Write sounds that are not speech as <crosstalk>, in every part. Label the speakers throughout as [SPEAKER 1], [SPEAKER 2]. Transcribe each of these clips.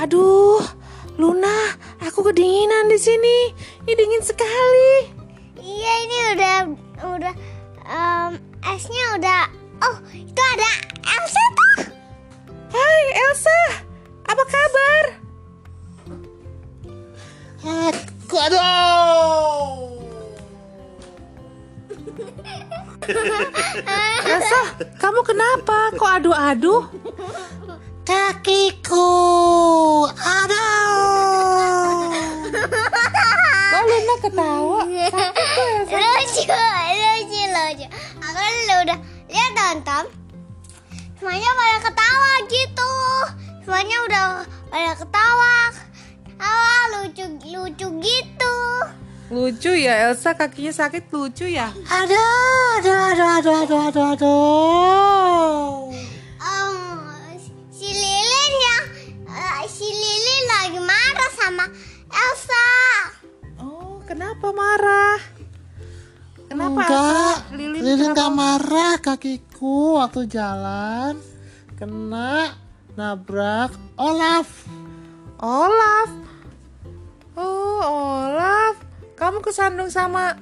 [SPEAKER 1] Aduh, Luna, aku kedinginan di sini. Ini dingin sekali.
[SPEAKER 2] Iya ini udah udah em, esnya udah oh itu ada Elsa tuh.
[SPEAKER 1] Hai, Elsa. Apa kabar?
[SPEAKER 3] Aku aduh.
[SPEAKER 1] Elsa, kamu kenapa? Kok aduh-aduh?
[SPEAKER 3] Kakiku. Aduh.
[SPEAKER 1] Kok Luna ketawa?
[SPEAKER 2] lucu lucu lucu. Aku udah lihat nonton. Semuanya pada ketawa gitu. Semuanya udah pada ketawa. Ketawa lucu lucu gitu.
[SPEAKER 1] Lucu ya Elsa, kakinya sakit lucu ya.
[SPEAKER 3] Aduh, aduh, aduh, aduh, aduh, aduh, aduh.
[SPEAKER 2] Em, si Lilin yang eh, si Lilin lagi marah sama Elsa.
[SPEAKER 1] Oh, kenapa marah? Kenapa Elsa?
[SPEAKER 3] Enggak, Lilin,
[SPEAKER 1] kenapa?
[SPEAKER 3] gak marah kakiku waktu jalan kena nabrak Olaf.
[SPEAKER 1] Olaf. Oh, Olaf. Kamu kesandung sama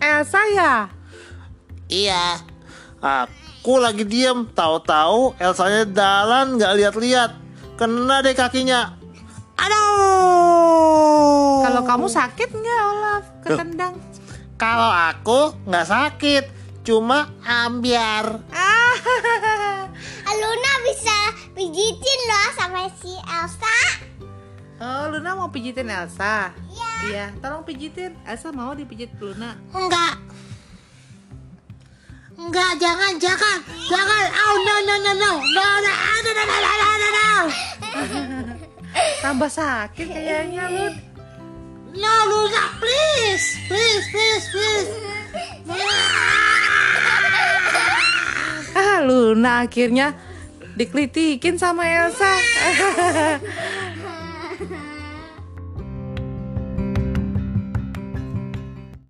[SPEAKER 1] Elsa ya?
[SPEAKER 3] Iya. Aku lagi diem, tahu-tahu Elsanya dalan nggak lihat-lihat, kena deh kakinya. Aduh.
[SPEAKER 1] Kalau kamu sakit nggak Olaf? Ketendang.
[SPEAKER 3] kalau aku nggak sakit, cuma ambiar.
[SPEAKER 1] Ah, <laughs>
[SPEAKER 2] Luna bisa pijitin loh sama si Elsa.
[SPEAKER 1] oh, Luna mau pijitin Elsa.
[SPEAKER 2] Iya.
[SPEAKER 1] Iya, tolong pijitin. Elsa mau dipijit Luna.
[SPEAKER 3] Enggak. Enggak, jangan, jangan, jangan. Oh, no, no, no, no, no, no, no, no, no, no, no, no, no.
[SPEAKER 1] Tambah sakit kayaknya Lun.
[SPEAKER 3] No, Luna, please, please, please, please.
[SPEAKER 2] <laughs>
[SPEAKER 1] Ah, Luna <laughs> akhirnya dikelitikin sama Elsa.